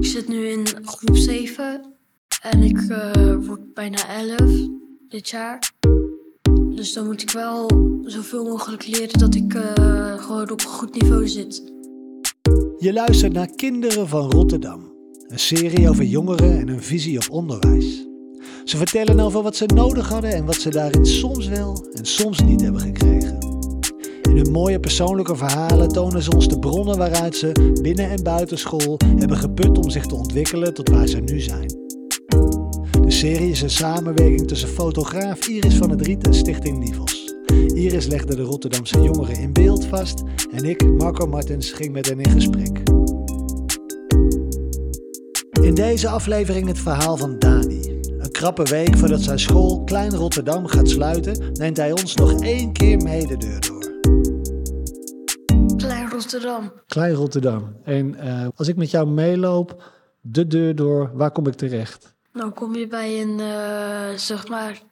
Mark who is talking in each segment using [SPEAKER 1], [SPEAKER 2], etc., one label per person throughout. [SPEAKER 1] Ik zit nu in groep 7 en ik eh, word bijna 11 dit jaar. Dus dan moet ik wel zoveel mogelijk leren dat ik eh, gewoon op een goed niveau zit.
[SPEAKER 2] Je luistert naar Kinderen van Rotterdam, een serie over jongeren en hun visie op onderwijs. Ze vertellen over wat ze nodig hadden en wat ze daarin soms wel en soms niet hebben gekregen. In hun mooie persoonlijke verhalen tonen ze ons de bronnen waaruit ze binnen en buiten school hebben geput om zich te ontwikkelen tot waar ze nu zijn. De serie is een samenwerking tussen fotograaf Iris van het Riet en Stichting Nivels. Iris legde de Rotterdamse jongeren in beeld vast en ik, Marco Martens, ging met hen in gesprek. In deze aflevering het verhaal van Dani. Een krappe week voordat zijn school Klein Rotterdam gaat sluiten, neemt hij ons nog één keer mee de deur door.
[SPEAKER 1] Klein Rotterdam.
[SPEAKER 2] Klein Rotterdam. En eh, als ik met jou meeloop, de deur door, waar kom ik terecht?
[SPEAKER 1] Nou kom je bij een, eh, zeg maar,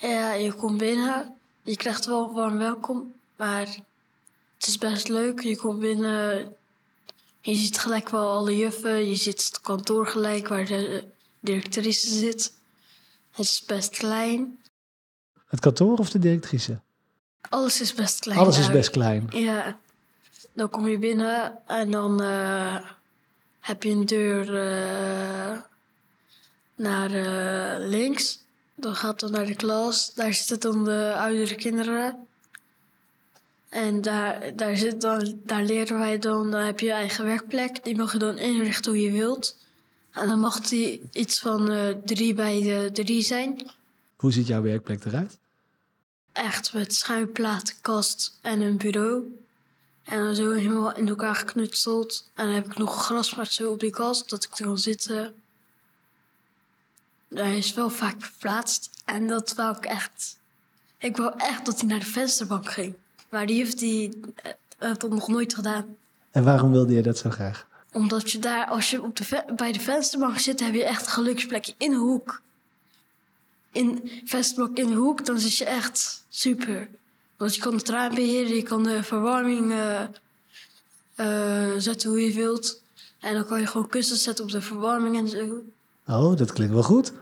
[SPEAKER 1] ja, je komt binnen. Je krijgt wel een warm welkom, maar het is best leuk. Je komt binnen, je ziet gelijk wel alle juffen. Je ziet het kantoor gelijk waar de eh, directrice zit. Het is best klein.
[SPEAKER 2] Het kantoor of de directrice?
[SPEAKER 1] Alles is best klein.
[SPEAKER 2] Alles is
[SPEAKER 1] daar.
[SPEAKER 2] best klein.
[SPEAKER 1] Ja, dan kom je binnen en dan eh, heb je een deur eh, naar eh, links. Dan gaat het naar de klas. Daar zitten dan de oudere kinderen. En daar, daar, zit dan, daar leren wij dan, dan heb je je eigen werkplek. Die mag je dan inrichten hoe je wilt. En dan mag die iets van eh, drie bij de drie zijn.
[SPEAKER 2] Hoe ziet jouw werkplek eruit?
[SPEAKER 1] Echt met schuimplaat, kast en een bureau. En dan zo helemaal in elkaar geknutseld. En dan heb ik nog gras maar zo op die kast, dat ik er kan zitten. Hij is wel vaak verplaatst. En dat wou ik echt. Ik wou echt dat hij naar de vensterbank ging. Maar die heeft die eh, heeft dat nog nooit gedaan.
[SPEAKER 2] En waarom wilde je dat zo graag?
[SPEAKER 1] Omdat je daar, als je op de ve- bij de vensterbank zit, heb je echt een geluksplekje in de hoek. In vensterbank in de hoek, dan zit je echt super. Want je kan het raam beheren, je kan de verwarming eh, eh, zetten hoe je wilt. En dan kan je gewoon kussens zetten op de verwarming en zo.
[SPEAKER 2] Oh, dat klinkt wel goed.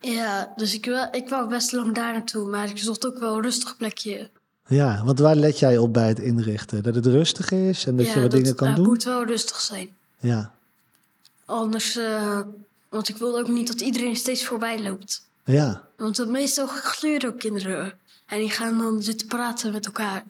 [SPEAKER 1] Ja, dus ik, wil, ik wou best lang daar naartoe, maar ik zocht ook wel een rustig plekje.
[SPEAKER 2] Ja, want waar let jij op bij het inrichten? Dat het rustig is en dat
[SPEAKER 1] ja,
[SPEAKER 2] je wat dingen kan
[SPEAKER 1] het
[SPEAKER 2] doen?
[SPEAKER 1] moet wel rustig zijn.
[SPEAKER 2] Ja.
[SPEAKER 1] Anders, eh, want ik wil ook niet dat iedereen steeds voorbij loopt.
[SPEAKER 2] ja,
[SPEAKER 1] Want dat meestal gluren ook kinderen. En die gaan dan zitten praten met elkaar.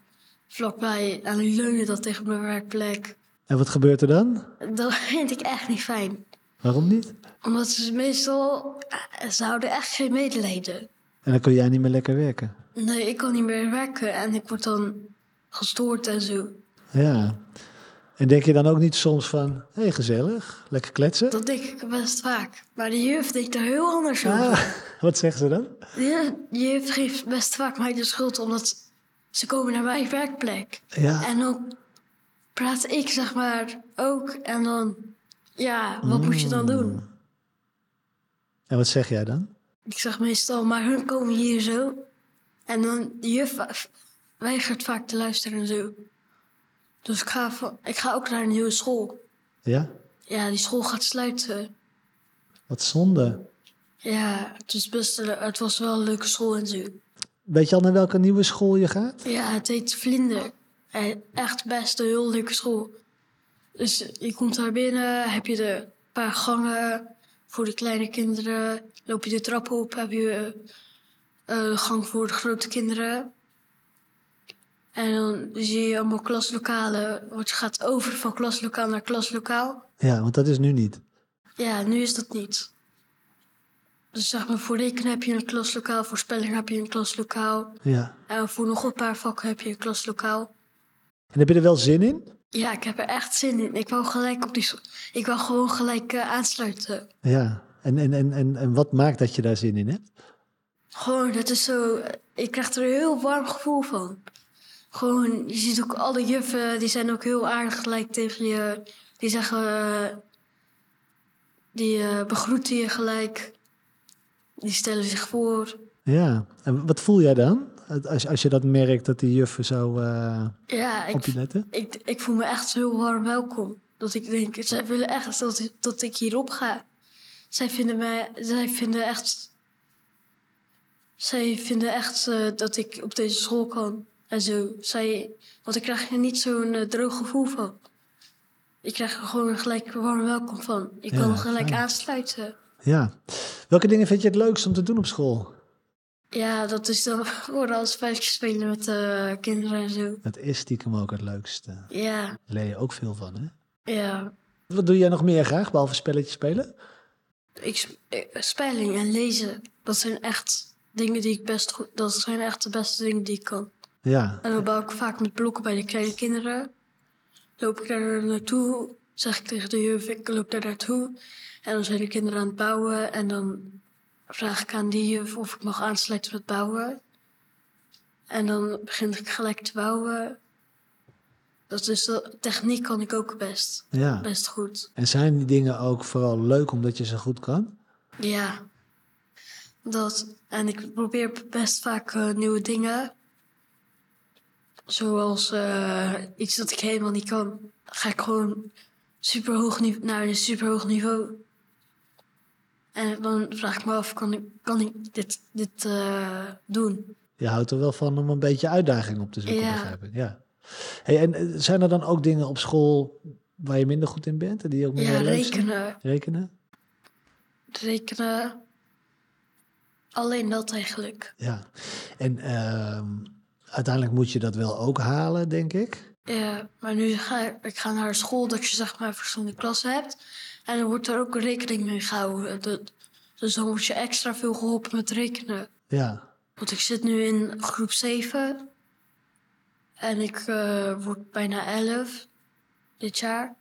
[SPEAKER 1] Vlakbij. En die leunen dat tegen mijn werkplek.
[SPEAKER 2] en wat gebeurt er dan?
[SPEAKER 1] Dat vind ik echt niet fijn.
[SPEAKER 2] Waarom niet?
[SPEAKER 1] Omdat ze meestal... eh, Ze houden echt geen medelijden.
[SPEAKER 2] En dan kun jij niet meer lekker werken.
[SPEAKER 1] Nee, ik kan niet meer werken. En ik word dan gestoord en zo.
[SPEAKER 2] Ja. En denk je dan ook niet soms van, hé hey, gezellig, lekker kletsen?
[SPEAKER 1] Dat denk ik best vaak. Maar de juf denkt er heel anders over.
[SPEAKER 2] Ah, wat zeggen ze dan?
[SPEAKER 1] De juf geeft best vaak mij de schuld. Omdat ze komen naar mijn werkplek.
[SPEAKER 2] Ja,
[SPEAKER 1] En dan praat ik zeg maar ook. En dan, ja, wat moet je dan doen?
[SPEAKER 2] en wat zeg jij dan?
[SPEAKER 1] Ik zeg meestal, maar hun komen hier zo. En dan, de juf wa- weigert vaak te luisteren en zo. Dus ik ga, van- ik ga ook naar een nieuwe school.
[SPEAKER 2] Ja,
[SPEAKER 1] Ja, die school gaat sluiten.
[SPEAKER 2] wat zonde.
[SPEAKER 1] Ja, het, is best, een- het was wel een leuke school en zo.
[SPEAKER 2] Weet je al naar welke nieuwe school je gaat?
[SPEAKER 1] Ja, het heet Vlinder. En echt best een heel leuke school. Dus je komt daar binnen, heb je de paar gangen voor de kleine kinderen. Loop je de trap op, heb je eh, een gang voor de grote kinderen. En dan zie je allemaal klaslokalen, want je gaat over van klaslokaal naar klaslokaal.
[SPEAKER 2] Ja, want dat is nu niet.
[SPEAKER 1] Ja, nu is dat niet. Dus zeg maar, voor rekenen heb je een klaslokaal, voor spelling heb je een klaslokaal.
[SPEAKER 2] Ja.
[SPEAKER 1] En voor nog een paar vakken heb je een klaslokaal.
[SPEAKER 2] En heb je er wel zin in?
[SPEAKER 1] Ja, ik heb er echt zin in. Ik wou gelijk op die. scho- Ik wou gewoon gelijk eh, aansluiten.
[SPEAKER 2] Ja. En, en, en, en, en wat maakt dat je daar zin in hebt?
[SPEAKER 1] Gewoon, dat is zo. eh, Ik krijg er een heel warm gevoel van. Gewoon, je ziet ook alle juffen, die zijn ook heel aardig gelijk tegen je. Die zeggen. eh, die eh, begroeten je gelijk. Die stellen zich voor.
[SPEAKER 2] Ja. En wat voel jij dan? Als, als je dat merkt dat die juffen zo eh,
[SPEAKER 1] Ja,
[SPEAKER 2] op je
[SPEAKER 1] ik,
[SPEAKER 2] letten?
[SPEAKER 1] ik, ik voel me echt heel warm welkom. Dat ik denk, zij willen echt dat, dat ik hierop ga. Zij vinden mij, zij vinden echt. Zij vinden echt eh, dat ik op deze school kan en zo. Zij, want ik krijg er niet zo'n eh, droog gevoel van. Ik krijg er gewoon gelijk een warm welkom van. Ik
[SPEAKER 2] Ja,
[SPEAKER 1] kan gelijk
[SPEAKER 2] fijn.
[SPEAKER 1] aansluiten.
[SPEAKER 2] Ja. Welke dingen vind je het leukst om te doen op school? vooral
[SPEAKER 1] Ja, dat is dan gewoon als spelletjes spelen met eh, kinderen en zo.
[SPEAKER 2] Dat is stiekem ook het leukste. Daar
[SPEAKER 1] Ja,
[SPEAKER 2] leer je ook veel van, hè?
[SPEAKER 1] ja.
[SPEAKER 2] Wat doe jij nog meer graag, behalve spelletjes spelen?
[SPEAKER 1] Ik, sp- ik- spelling en lezen, dat zijn echt dingen die ik best goed... Dat zijn echt de beste dingen die ik kan.
[SPEAKER 2] Ja.
[SPEAKER 1] En dan bouw ik vaak met blokken bij de kleine kinderen. Loop ik daar naartoe, zeg ik tegen de juf, ik loop daar naartoe. En dan zijn de kinderen aan het bouwen en dan vraag ik aan die juf of ik mag aansluiten met bouwen. En dan begin ik gelijk te bouwen. Dat is de techniek kan ik ook best,
[SPEAKER 2] Ja.
[SPEAKER 1] best goed.
[SPEAKER 2] En zijn die dingen ook vooral leuk omdat je ze goed kan?
[SPEAKER 1] Ja. Dat, en ik probeer best vaak eh, nieuwe dingen. Zoals eh, iets dat ik helemaal niet kan. Ga ik gewoon super hoog naar een super hoog niveau. En dan vraag ik me af, kan ik, kan ik dit, dit eh, doen?
[SPEAKER 2] Je houdt er wel van om een beetje uitdaging op te zoeken,
[SPEAKER 1] Ja.
[SPEAKER 2] begrijp ik. Ja. Hey, en eh, zijn er dan ook dingen op school waar je minder goed in bent en die ook minder
[SPEAKER 1] Ja,
[SPEAKER 2] leuk zijn?
[SPEAKER 1] rekenen.
[SPEAKER 2] Rekenen?
[SPEAKER 1] Rekenen. Alleen dat eigenlijk.
[SPEAKER 2] Ja. En ehm, uiteindelijk moet je dat wel ook halen, denk ik.
[SPEAKER 1] Ja, maar nu ga ik, ik ga naar school dat je zeg maar verschillende klassen hebt. En dan wordt er ook rekening mee gehouden. Dat- dus dan word je extra veel geholpen met rekenen.
[SPEAKER 2] Ja.
[SPEAKER 1] Want ik zit nu in groep 7. En ik eh, word bijna 11 dit jaar.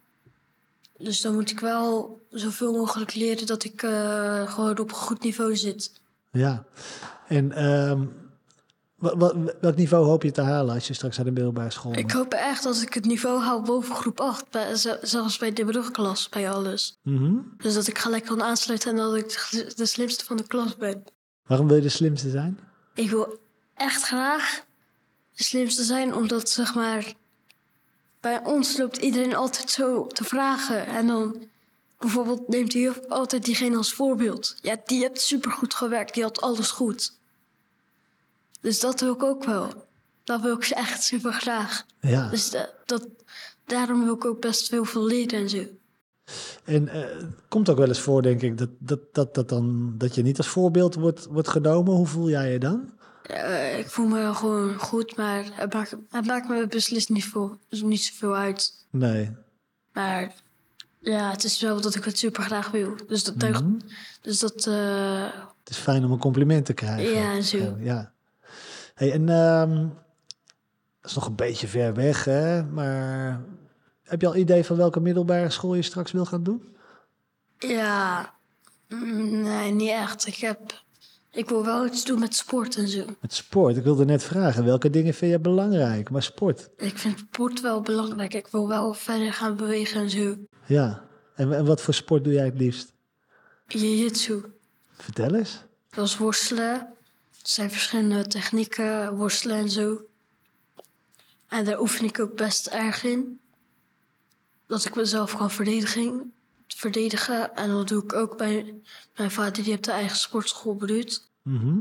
[SPEAKER 1] Dus dan moet ik wel zoveel mogelijk leren dat ik eh, gewoon op een goed niveau zit.
[SPEAKER 2] Ja. En ehm, wa- wa- welk niveau hoop je te halen als je straks aan de middelbare school
[SPEAKER 1] Ik
[SPEAKER 2] moet?
[SPEAKER 1] hoop echt dat ik het niveau haal boven groep 8. Bij, ze- zelfs bij de brugklas, bij alles.
[SPEAKER 2] Mhm.
[SPEAKER 1] Dus dat ik gelijk kan aansluiten en dat ik de gl- de slimste van de klas ben.
[SPEAKER 2] Waarom wil je de slimste zijn?
[SPEAKER 1] Ik wil echt graag de slimste zijn, omdat zeg maar. Bij ons loopt iedereen altijd zo te vragen. En dan bijvoorbeeld neemt de juf altijd diegene als voorbeeld. Ja, die heeft supergoed gewerkt, die had alles goed. Dus dat wil ik ook wel. Dat wil ik echt super graag.
[SPEAKER 2] Ja.
[SPEAKER 1] Dus da- dat, daarom wil ik ook best veel van leren en zo.
[SPEAKER 2] En eh, het komt ook wel eens voor, denk ik, dat, dat, dat, dat, dan, dat je niet als voorbeeld wordt, wordt genomen. Hoe voel jij je dan?
[SPEAKER 1] Eh, ik voel me gewoon goed, maar het maakt, het maakt me beslist niet, veel, niet zoveel uit.
[SPEAKER 2] Nee.
[SPEAKER 1] Maar ja, het is wel dat ik het super graag wil. Dus dat deugt.
[SPEAKER 2] Mhm.
[SPEAKER 1] Dus dat. eh,
[SPEAKER 2] Het is fijn om een compliment te krijgen.
[SPEAKER 1] Ja, zo.
[SPEAKER 2] Ja. Hey, en ehm, dat is nog een beetje ver weg, hè? Maar heb je al idee van welke middelbare school je straks wil gaan doen?
[SPEAKER 1] ja. mm, Nee, niet echt. Ik heb. Ik wil wel iets doen met sport en zo.
[SPEAKER 2] Met sport. Ik wilde net vragen, welke dingen vind je belangrijk? Maar sport,
[SPEAKER 1] Ik vind sport wel belangrijk. Ik wil wel verder gaan bewegen en zo.
[SPEAKER 2] ja. En, en wat voor sport doe jij het liefst?
[SPEAKER 1] Jiu-jitsu.
[SPEAKER 2] Vertel eens.
[SPEAKER 1] Dat is worstelen. Er zijn verschillende technieken, worstelen en zo. En daar oefen ik ook best erg in. Dat ik mezelf kan verdedigen. verdedigen. En dat doe ik ook bij mijn vader, die heeft een eigen sportschool beduurd.
[SPEAKER 2] Mhm.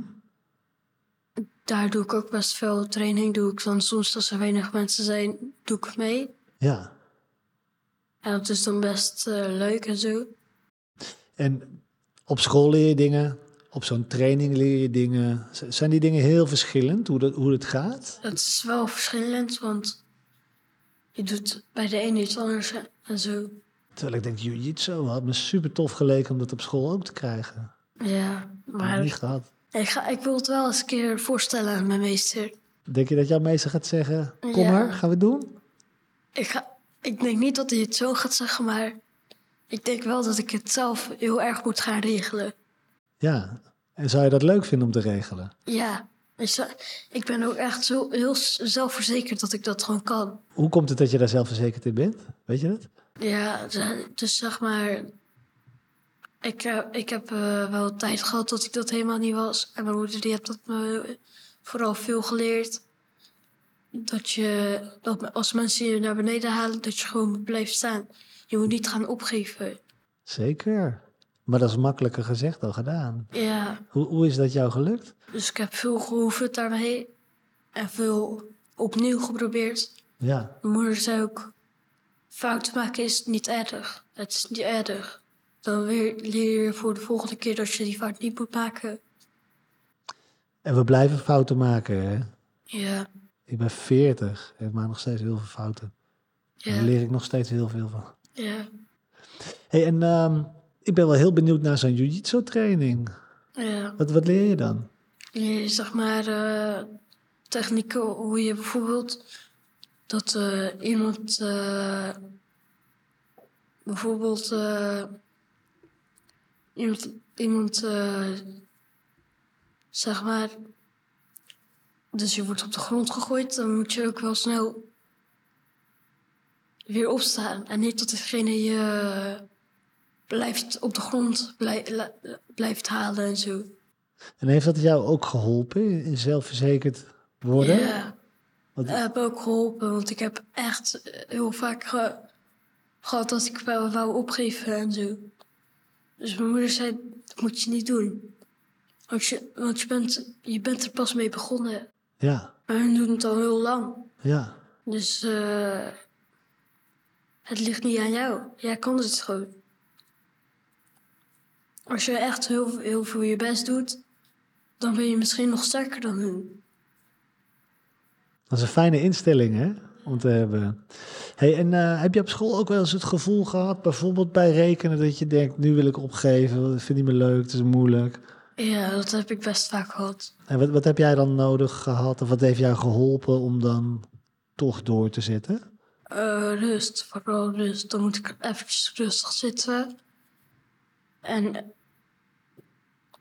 [SPEAKER 1] Daar doe ik ook best veel training. Doe ik dan soms, als er weinig mensen zijn, doe ik mee.
[SPEAKER 2] Ja.
[SPEAKER 1] En dat is dan best eh, leuk en zo.
[SPEAKER 2] En op school leer je dingen, op zo'n training leer je dingen. Z- Zijn die dingen heel verschillend, hoe dat, hoe het gaat?
[SPEAKER 1] Het is wel verschillend, want je doet bij de ene iets anders en zo.
[SPEAKER 2] Terwijl ik denk, jiu-jitsu had me super tof geleken om dat op school ook te krijgen.
[SPEAKER 1] Ja,
[SPEAKER 2] Maar
[SPEAKER 1] maar
[SPEAKER 2] niet gehad.
[SPEAKER 1] Ik, ga, ik wil het wel eens een keer voorstellen aan mijn meester.
[SPEAKER 2] Denk je dat jouw meester gaat zeggen, kom
[SPEAKER 1] Ja.
[SPEAKER 2] maar, gaan we het doen?
[SPEAKER 1] Ik, ga, ik denk niet dat hij het zo gaat zeggen, maar ik denk wel dat ik het zelf heel erg moet gaan regelen.
[SPEAKER 2] Ja. En zou je dat leuk vinden om te regelen?
[SPEAKER 1] Ja, ik, zou- ik ben ook echt zo heel s- zelfverzekerd dat ik dat gewoon kan.
[SPEAKER 2] Hoe komt het dat je daar zelfverzekerd in bent? Weet je dat?
[SPEAKER 1] Ja, z- dus zeg maar. Ik, heb- ik heb eh, wel tijd gehad dat ik dat helemaal niet was. En mijn moeder die heeft dat me vooral veel geleerd. Dat je, dat me- als mensen je naar beneden halen, dat je gewoon blijft staan. je moet niet gaan opgeven.
[SPEAKER 2] Zeker. Maar dat is makkelijker gezegd dan gedaan.
[SPEAKER 1] Ja,
[SPEAKER 2] Hoe, hoe is dat jou gelukt?
[SPEAKER 1] dus ik heb veel geoefend daarmee. En veel opnieuw geprobeerd.
[SPEAKER 2] Ja,
[SPEAKER 1] Mijn moeder zei ook, fouten maken is niet erg. Het is niet erg. Dan weer leer je voor de volgende keer dat je die fout niet moet maken.
[SPEAKER 2] en we blijven fouten maken. Hè?
[SPEAKER 1] Ja,
[SPEAKER 2] Ik ben 40 en maak nog steeds heel veel fouten. En Daar
[SPEAKER 1] ja,
[SPEAKER 2] leer ik nog steeds heel veel van.
[SPEAKER 1] ja,
[SPEAKER 2] hey, en ehm, ik ben wel heel benieuwd naar zo'n jiu-jitsu training.
[SPEAKER 1] ja.
[SPEAKER 2] Wat, wat leer je dan?
[SPEAKER 1] Leer je zeg maar eh, technieken hoe je bijvoorbeeld dat eh, iemand eh, bijvoorbeeld eh, iemand, iemand eh, zeg maar dus je wordt op de grond gegooid, dan moet je ook wel snel weer opstaan en niet dat degene je blijft op de grond blij- la- blijft halen en zo.
[SPEAKER 2] En heeft dat jou ook geholpen in- in zelfverzekerd worden?
[SPEAKER 1] Ja.
[SPEAKER 2] Wat-
[SPEAKER 1] Dat heb ook geholpen, want ik heb echt eh, heel vaak ge- gehad dat ik wel wou opgeven en zo. Dus mijn moeder zei, dat moet je niet doen. Want je, want je, bent, je bent er pas mee begonnen.
[SPEAKER 2] ja,
[SPEAKER 1] Maar hun doen het al heel lang.
[SPEAKER 2] ja.
[SPEAKER 1] Dus eh, het ligt niet aan jou. Jij kan het gewoon. Als je echt heel, heel veel je best doet, dan ben je misschien nog sterker dan hun.
[SPEAKER 2] Dat is een fijne instelling, hè? Om te hebben. Hey, en eh, heb je op school ook wel eens het gevoel gehad, bijvoorbeeld bij rekenen, dat je denkt: nu wil ik opgeven, want ik vind het niet meer leuk, het is moeilijk.
[SPEAKER 1] Ja, dat heb ik best vaak gehad.
[SPEAKER 2] En wat, wat heb jij dan nodig gehad, of wat heeft jou geholpen om dan toch door te zetten?
[SPEAKER 1] Eh, rust, vooral rust. Dan moet ik eventjes rustig zitten. En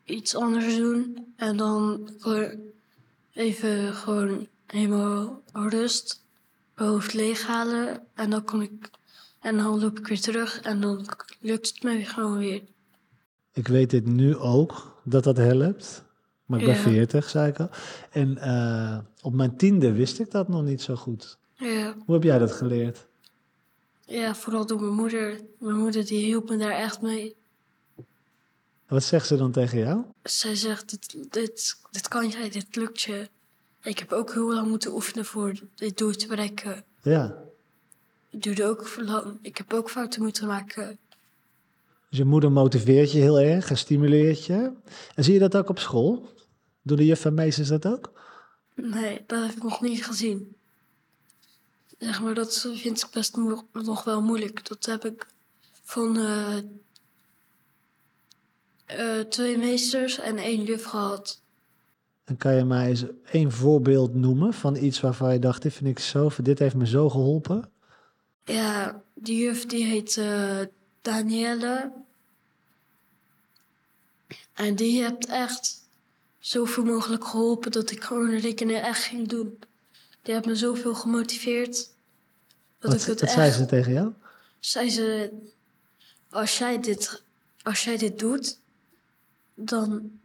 [SPEAKER 1] iets anders doen. En dan gewoon even gewoon helemaal rust. Mijn hoofd leeghalen. En dan kom ik... En dan loop ik weer terug. En dan lukt het me gewoon weer.
[SPEAKER 2] Ik weet dit nu ook, dat dat helpt. Maar ik ben
[SPEAKER 1] Ja.
[SPEAKER 2] 40, zei ik al. En eh, op mijn tiende wist ik dat nog niet zo goed.
[SPEAKER 1] Ja,
[SPEAKER 2] Hoe heb jij dat geleerd?
[SPEAKER 1] ja vooral door mijn moeder. Mijn moeder die hielp me daar echt mee.
[SPEAKER 2] En Wat zegt ze dan tegen jou?
[SPEAKER 1] Zij zegt, dit, dit, dit kan jij, dit lukt je. Ik heb ook heel lang moeten oefenen voor dit doel te bereiken.
[SPEAKER 2] Ja.
[SPEAKER 1] Het duurde ook lang. Ik heb ook fouten moeten maken.
[SPEAKER 2] Dus je moeder motiveert je heel erg en stimuleert je. En zie je dat ook op school? Doen de juf en meesters dat ook?
[SPEAKER 1] Nee, dat heb ik nog niet gezien. Zeg maar, dat vind ik best mo- nog wel moeilijk. Dat heb ik van eh, eh, twee meesters en één juf gehad.
[SPEAKER 2] En kan je mij eens één voorbeeld noemen van iets waarvan je dacht, dit vind ik zo, dit heeft me zo geholpen?
[SPEAKER 1] Ja, die juf die heet eh, Danielle. En die heeft echt zoveel mogelijk geholpen dat ik gewoon rekenen echt ging doen. Die heeft me zoveel gemotiveerd. Dat
[SPEAKER 2] Wat,
[SPEAKER 1] ik het
[SPEAKER 2] wat
[SPEAKER 1] echt...
[SPEAKER 2] zei ze tegen jou?
[SPEAKER 1] Zei ze, als jij dit, als jij dit doet, dan,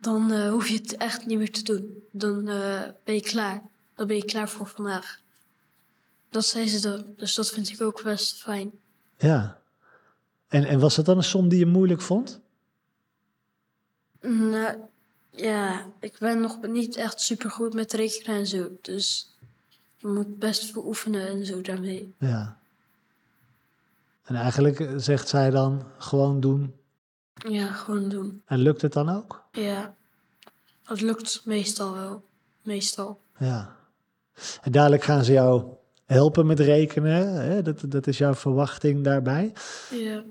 [SPEAKER 1] dan eh, hoef je het echt niet meer te doen. Dan eh, ben je klaar. Dan ben je klaar voor vandaag. Dat zei ze dan. Dus dat vind ik ook best fijn.
[SPEAKER 2] Ja. En, en was dat dan een som die je moeilijk vond?
[SPEAKER 1] Nou, ja, ik ben nog niet echt super goed met rekenen en zo. Dus je moet best veel oefenen en zo daarmee.
[SPEAKER 2] Ja. En eigenlijk eh, zegt zij dan, gewoon doen.
[SPEAKER 1] Ja, gewoon doen.
[SPEAKER 2] En lukt het dan ook?
[SPEAKER 1] Ja, dat lukt meestal wel. Meestal.
[SPEAKER 2] Ja. En dadelijk gaan ze jou helpen met rekenen. Hè? Dat, dat is jouw verwachting daarbij.
[SPEAKER 1] Ja.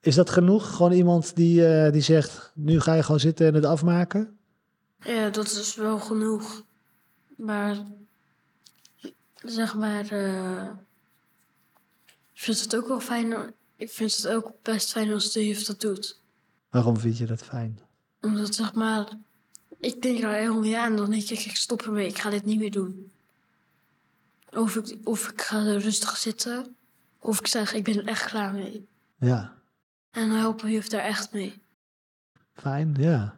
[SPEAKER 2] Is dat genoeg? Gewoon iemand die, eh, die zegt, nu ga je gewoon zitten en het afmaken?
[SPEAKER 1] Ja, dat is wel genoeg. Maar zeg maar, eh, ik vind het ook wel fijn. Ik vind het ook best fijn als de juf dat doet.
[SPEAKER 2] Waarom vind je dat fijn?
[SPEAKER 1] Omdat zeg maar, ik denk er helemaal niet aan. Dan denk ik, ik stop ermee, ik ga dit niet meer doen. Of ik, of ik ga rustig zitten, of ik zeg, ik ben er echt klaar mee.
[SPEAKER 2] Ja,
[SPEAKER 1] En dan helpt mijn juf daar echt mee.
[SPEAKER 2] fijn, ja.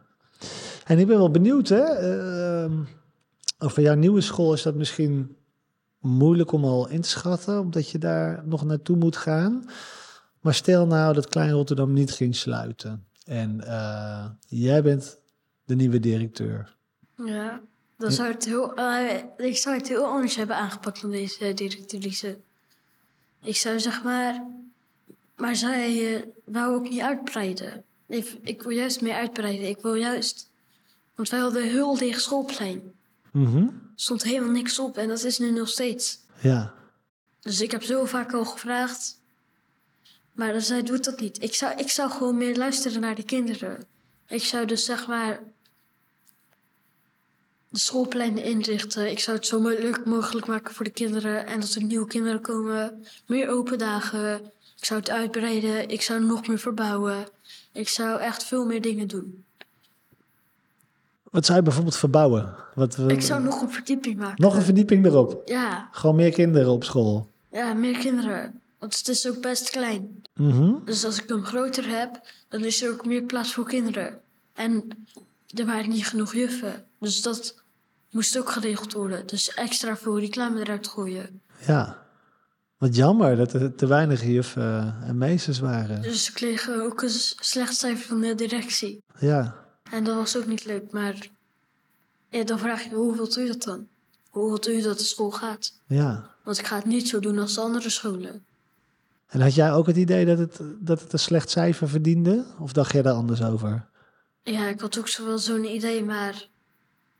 [SPEAKER 2] En ik ben wel benieuwd, hè? ehm, of van jouw nieuwe school is dat misschien moeilijk om al in te schatten, omdat je daar nog naartoe moet gaan. Maar stel nou dat Klein Rotterdam niet ging sluiten. En eh, jij bent de nieuwe directeur.
[SPEAKER 1] Ja, dan zou het heel, eh, ik zou het heel anders hebben aangepakt dan deze directrice. Ik zou zeg maar, maar zij eh, wou ook niet uitbreiden. Ik, ik wil juist meer uitbreiden. Ik wil juist, want wij hadden een heel leeg schoolplein.
[SPEAKER 2] Mhm.
[SPEAKER 1] Er stond helemaal niks op en dat is nu nog steeds.
[SPEAKER 2] Ja,
[SPEAKER 1] Dus ik heb zo vaak al gevraagd. Maar dan- zij doet dat niet. Ik zou, ik zou gewoon meer luisteren naar de kinderen. Ik zou dus zeg maar de schoolpleinen inrichten. Ik zou het zo mo- leuk mogelijk maken voor de kinderen. En als er nieuwe kinderen komen, meer open dagen. Ik zou het uitbreiden. Ik zou nog meer verbouwen. Ik zou echt veel meer dingen doen.
[SPEAKER 2] wat zou je bijvoorbeeld verbouwen? Wat, we-
[SPEAKER 1] Ik zou nog een verdieping maken.
[SPEAKER 2] Nog een verdieping erop.
[SPEAKER 1] Ja,
[SPEAKER 2] Gewoon meer kinderen op school.
[SPEAKER 1] ja, meer kinderen. Want het is ook best klein.
[SPEAKER 2] Mhm.
[SPEAKER 1] Dus als ik hem groter heb, dan is er ook meer plaats voor kinderen. En er waren niet genoeg juffen. Dus dat moest ook geregeld worden. Dus extra veel reclame eruit gooien.
[SPEAKER 2] Ja. Wat jammer dat er te weinig juffen en meesters waren.
[SPEAKER 1] Dus ik kreeg ook een s- slecht cijfer van de directie.
[SPEAKER 2] Ja.
[SPEAKER 1] En dat was ook niet leuk. Maar ja, dan vraag je, hoe wilt u dat dan? Hoe wilt u dat de school gaat?
[SPEAKER 2] Ja.
[SPEAKER 1] Want ik ga het niet zo doen als de andere scholen.
[SPEAKER 2] En had jij ook het idee dat het, dat het een slecht cijfer verdiende? Of dacht jij daar anders over?
[SPEAKER 1] Ja, ik had ook zo wel zo'n idee, maar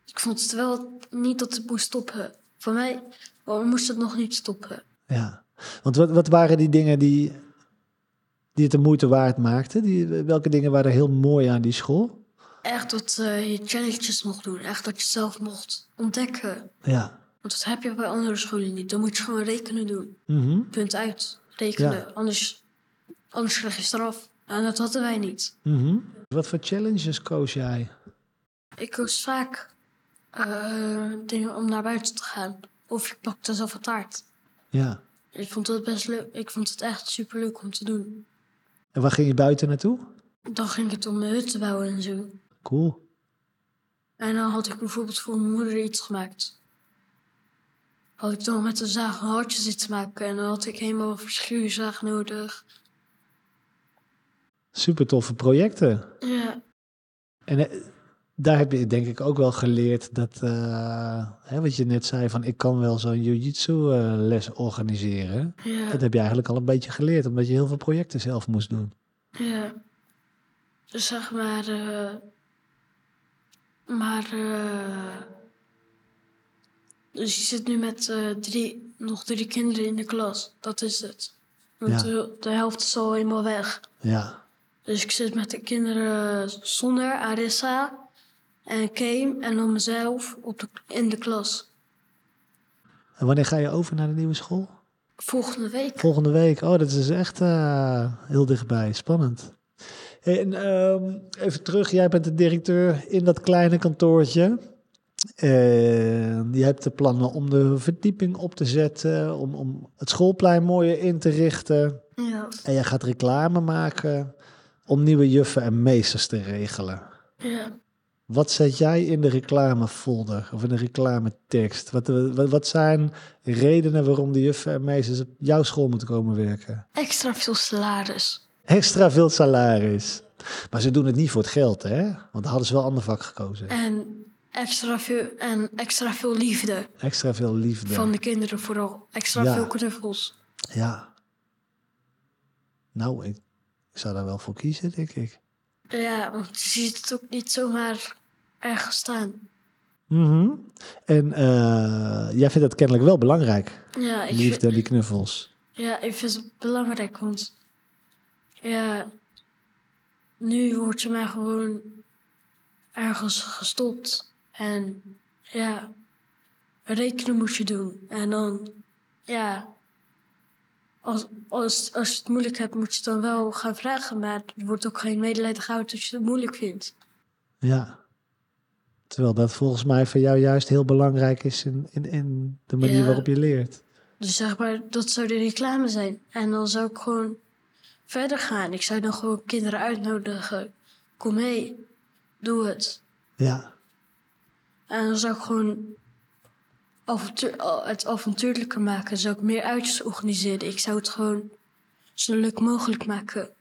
[SPEAKER 1] ik vond het wel niet dat het moest stoppen. Voor mij oh, moest het nog niet stoppen.
[SPEAKER 2] Ja. Want wat, wat waren die dingen die, die het de moeite waard maakten? Die, welke dingen waren heel mooi aan die school?
[SPEAKER 1] Echt dat eh, je challenges mocht doen. Echt dat je zelf mocht ontdekken.
[SPEAKER 2] Ja.
[SPEAKER 1] Want dat heb je bij andere scholen niet. Dan moet je gewoon rekenen doen.
[SPEAKER 2] Mhm.
[SPEAKER 1] Punt uit. Rekenen. Anders, anders krijg je straf. En dat hadden wij niet.
[SPEAKER 2] Mhm. Wat voor challenges koos jij?
[SPEAKER 1] Ik koos vaak eh, dingen om naar buiten te gaan. Of ik pakte zelf een taart.
[SPEAKER 2] Ja.
[SPEAKER 1] Ik vond dat best leuk. Ik vond het echt super leuk om te doen.
[SPEAKER 2] En waar ging je buiten naartoe?
[SPEAKER 1] Dan ging het om mijn hut te bouwen en zo.
[SPEAKER 2] Cool.
[SPEAKER 1] En dan had ik bijvoorbeeld voor mijn moeder iets gemaakt. Had ik dan met een zaag hartjes iets maken en dan had ik helemaal een verschuurzaag nodig.
[SPEAKER 2] Super toffe projecten.
[SPEAKER 1] Ja,
[SPEAKER 2] En eh, daar heb je denk ik ook wel geleerd dat, eh, hè, wat je net zei, van ik kan wel zo'n jiu-jitsu eh, les organiseren.
[SPEAKER 1] ja,
[SPEAKER 2] Dat heb je eigenlijk al een beetje geleerd, omdat je heel veel projecten zelf moest doen.
[SPEAKER 1] ja. Dus zeg maar. eh, maar. eh, dus je zit nu met eh, drie, nog drie kinderen in de klas. Dat is het. Want
[SPEAKER 2] Ja.
[SPEAKER 1] de, de helft is al helemaal weg.
[SPEAKER 2] Ja,
[SPEAKER 1] Dus ik zit met de kinderen zonder Arissa en Keem en dan mezelf op de, in de klas.
[SPEAKER 2] en wanneer ga je over naar de nieuwe school?
[SPEAKER 1] Volgende week.
[SPEAKER 2] Volgende week. Oh, dat is dus echt eh, heel dichtbij. Spannend. En ehm, even terug, jij bent de directeur in dat kleine kantoortje. En je hebt de plannen om de verdieping op te zetten, om, om het schoolplein mooier in te richten.
[SPEAKER 1] Ja,
[SPEAKER 2] En jij gaat reclame maken om nieuwe juffen en meesters te regelen.
[SPEAKER 1] ja.
[SPEAKER 2] Wat zet jij in de reclamefolder of in de reclametekst? Wat, wat, wat zijn redenen waarom de juffen en meesters op jouw school moeten komen werken?
[SPEAKER 1] Extra veel salaris.
[SPEAKER 2] Extra veel salaris. Maar ze doen het niet voor het geld, hè? Want dan hadden ze wel een ander vak gekozen.
[SPEAKER 1] En extra veel, en extra veel liefde
[SPEAKER 2] Extra veel liefde.
[SPEAKER 1] van de kinderen vooral. Extra
[SPEAKER 2] Ja.
[SPEAKER 1] veel knuffels.
[SPEAKER 2] Ja. Nou, ik, ik zou daar wel voor kiezen, denk ik.
[SPEAKER 1] Ja, want je ziet het ook niet zomaar ergens staan.
[SPEAKER 2] Mhm. En eh, jij vindt dat kennelijk wel belangrijk,
[SPEAKER 1] Ja, ik vind-
[SPEAKER 2] liefde en die knuffels.
[SPEAKER 1] Ja, ik vind het belangrijk, want ja, nu word je maar gewoon ergens gestopt. En ja, rekenen moet je doen. En dan, ja, als, als, als je het moeilijk hebt, moet je het dan wel gaan vragen. Maar er wordt ook geen medelijden gehouden als je het moeilijk vindt.
[SPEAKER 2] Ja. Terwijl dat volgens mij voor jou juist heel belangrijk is in, in, in de manier
[SPEAKER 1] Ja.
[SPEAKER 2] waarop je leert.
[SPEAKER 1] Dus zeg maar, dat zou de reclame zijn. En dan zou ik gewoon verder gaan. Ik zou dan gewoon kinderen uitnodigen. Kom mee, doe het.
[SPEAKER 2] Ja.
[SPEAKER 1] En dan zou ik gewoon avontuur, al- het avontuurlijker maken. Zou ik meer uitjes organiseren? Ik zou het gewoon zo leuk mogelijk maken.